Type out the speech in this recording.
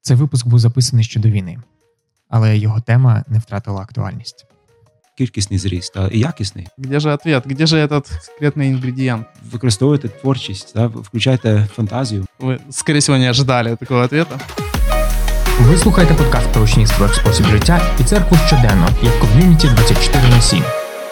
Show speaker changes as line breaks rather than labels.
Цей випуск був записаний ще до війни, але його тема не втратила актуальність.
кількісний зріст та і якісний.
Где же ответ? Где же этот секретный ингредиент?
Використовуйте творчість, та включайте фантазію.
Вы, скорее всего, не ожидали такого ответа.
Ви слухаєте подкаст про учнівство як спосіб життя і церкву щоденно як ком'юніті 24 на 7.